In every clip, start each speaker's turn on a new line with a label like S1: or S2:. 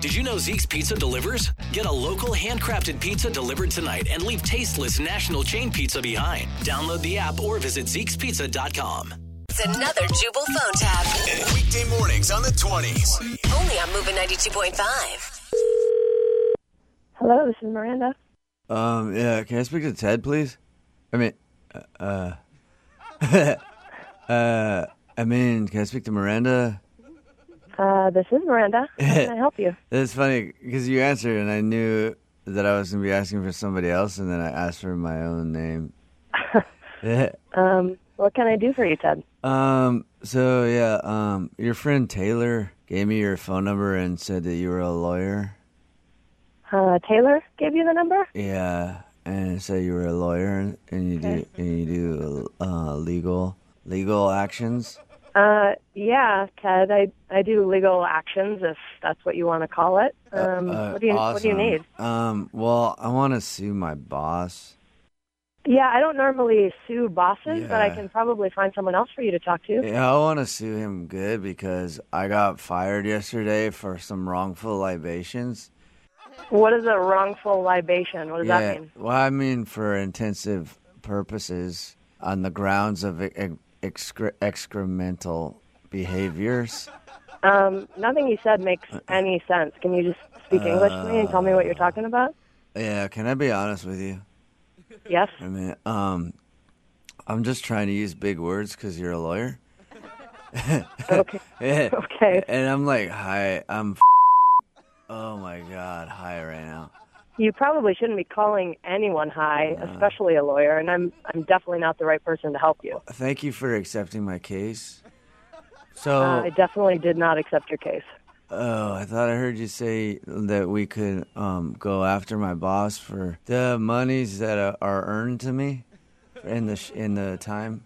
S1: Did you know Zeke's Pizza delivers? Get a local handcrafted pizza delivered tonight and leave tasteless national chain pizza behind. Download the app or visit Zeke'sPizza.com.
S2: It's another Jubal phone tab.
S3: Weekday mornings on the 20s.
S2: Only on Moving 92.5.
S4: Hello, this is Miranda.
S5: Um, yeah, can I speak to Ted, please? I mean, uh, uh, I mean, can I speak to Miranda?
S4: Uh, this is Miranda. How can I help you?
S5: It's funny because you answered, and I knew that I was gonna be asking for somebody else, and then I asked for my own name. Yeah.
S4: Um, what can I do for you, Ted?
S5: um, so yeah, um, your friend Taylor gave me your phone number and said that you were a lawyer.
S4: Uh, Taylor gave you the number?
S5: Yeah, and said you were a lawyer and you do and you do uh, legal legal actions.
S4: Uh, yeah, Ted. I I do legal actions, if that's what you want to call it. Um,
S5: Uh,
S4: what do you What do you
S5: awesome.
S4: need?
S5: Um, well, I want to sue my boss.
S4: Yeah, I don't normally sue bosses, but I
S5: Yeah.
S4: can probably find someone else for you to talk to.
S5: Yeah, I want to sue him good because I got fired yesterday for some wrongful libations.
S4: What is a wrongful libation? What does that mean?
S5: Well, I mean for intensive purposes on the grounds of ex- excre- excremental behaviors.
S4: Um, nothing you said makes
S5: Uh,
S4: any sense. Can you just speak English to me and tell me what you're talking about?
S5: Yeah, can I be honest with you?
S4: Yes.
S5: I mean, um, I'm just trying to use big words because you're a lawyer.
S4: Okay.
S5: Yeah.
S4: Okay.
S5: And I'm like, hi, I'm. F- oh my god, hi right now.
S4: You probably shouldn't be calling anyone high, especially a lawyer, and I'm I'm definitely not the right person to help you.
S5: Thank you for accepting my case. So,
S4: Uh, I definitely did not accept your case.
S5: oh, I thought I heard you say that we could um, go after my boss for the monies that uh, are earned to me in the sh- in the time.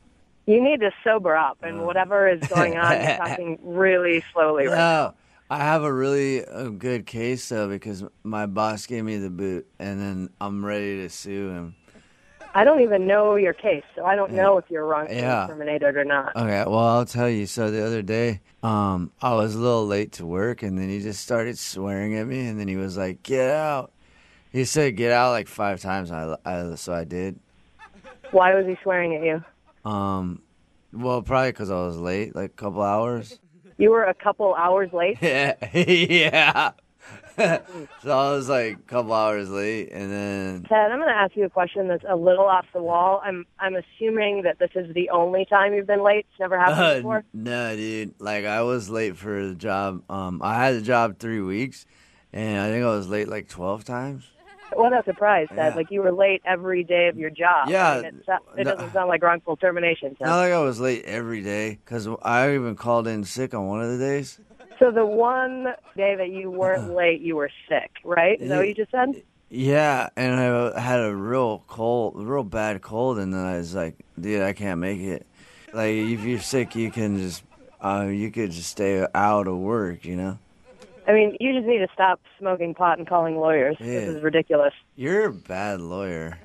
S4: You need to sober up, and whatever is going on, you're talking really slowly. Right?
S5: Oh, I have a really uh, good case though because my boss gave me the boot, and then I'm ready to sue him.
S4: I don't even know your case, so I don't know if you're wrongfully
S5: Yeah. Uh.
S4: terminated or not.
S5: Okay, well, I'll tell you. So the other day, um, I was a little late to work, and then he just started swearing at me, and then he was like, "Get out!" He said, "Get out!" like five times. and I, I so I did.
S4: Why was he swearing at you?
S5: Um, well, probably because I was late, like a couple hours.
S4: You were a couple hours late.
S5: Yeah, yeah. so I was like a couple hours late, and then
S4: Ted, I'm going to ask you a question that's a little off the wall. I'm I'm assuming that this is the only time you've been late. It's never happened
S5: uh,
S4: before.
S5: no, dude. Like I was late for the job. Um, I had the job three weeks, and I think I was late like twelve times.
S4: What a surprise, Ted.
S5: Yeah.
S4: Like you were late every day of your job.
S5: Yeah,
S4: I mean, it, so- it
S5: no-
S4: doesn't sound like wrongful termination. Ted.
S5: Not like I was late every day because I even called in sick on one of the days.
S4: So the one day that you
S5: Uh-huh.
S4: weren't late, you were sick, right? Is that what you just said?
S5: Yeah, and I uh, had a real cold, real bad cold, and then I was like, "Dude, I can't make it." Like, if you're sick, you can just, uh, you could just stay out of work, you know.
S4: I mean, you just need to stop smoking pot and calling lawyers. This
S5: Yeah.
S4: is ridiculous.
S5: You're a bad lawyer.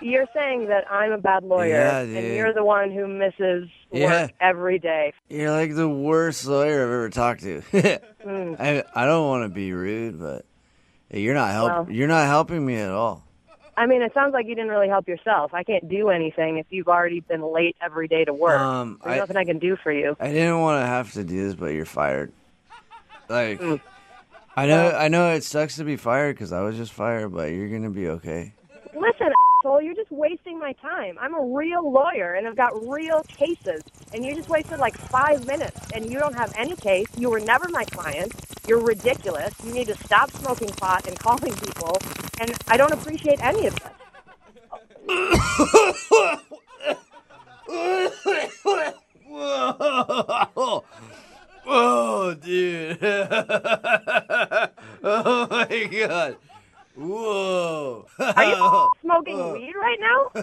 S4: You're saying that I'm a bad lawyer,
S5: Yeah,
S4: and
S5: dude.
S4: you're the one who misses
S5: Yeah.
S4: work every day.
S5: You're like the worst lawyer I've ever talked to.
S4: Hmm.
S5: I I don't want to be rude, but you're not help.
S4: Well.
S5: you're not helping me at all.
S4: I mean, it sounds like you didn't really help yourself. I can't do anything if you've already been late every day to work.
S5: Um,
S4: There's
S5: I-
S4: nothing I can do for you.
S5: I didn't want to have to do this, but you're fired. Like,
S4: Hmm.
S5: I know, I know it sucks to be fired because I was just fired, but you're gonna be okay.
S4: Listen, asshole, you're just wasting my time. I'm a real lawyer and I've got real cases. And you just wasted like five minutes and you don't have any case. You were never my client. You're ridiculous. You need to stop smoking pot and calling people. And I don't appreciate any of this.
S5: Whoa, whoa, dude! oh my god! Whoa!
S4: Are
S5: Uh,
S4: you smoking weed right now?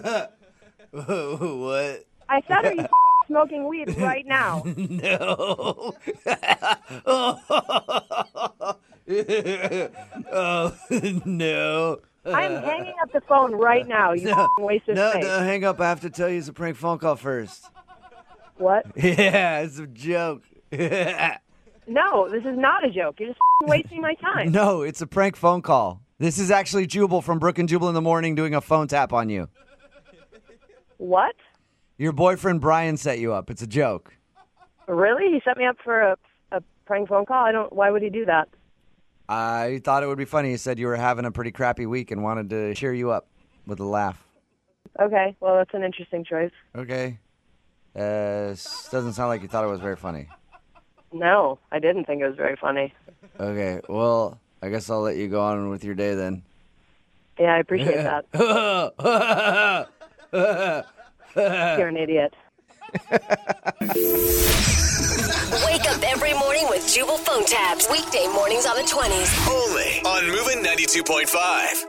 S5: what?
S4: I said, are you smoking weed right now?
S5: No. oh no.
S4: I'm hanging up the phone right now. You
S5: No,
S4: waste of
S5: no,
S4: space.
S5: no, hang up. I have to tell you it's a prank phone call first.
S4: What?
S5: Yeah, it's a joke.
S4: No, this is not a joke. You're just f***ing wasting my time.
S5: No, it's a prank phone call. This is actually Jubal from Brook and Jubal in the morning doing a phone tap on you.
S4: What?
S5: Your boyfriend Brian set you up. It's a joke.
S4: Really? He set me up for a, a prank phone call? I don't. Why would he do that?
S5: I thought it would be funny. He said you were having a pretty crappy week and wanted to cheer you up with a laugh.
S4: Okay. Well, that's an interesting choice.
S5: Okay. Uh, s- doesn't sound like you thought it was very funny.
S4: No, I didn't think it was very funny.
S5: Okay. Well, I guess I'll let you go on with your day then.
S4: Yeah, I appreciate that. You're an idiot.
S2: Wake up every morning with Jubal phone tabs. Weekday mornings on the 20s.
S3: Only on Moving 92.5.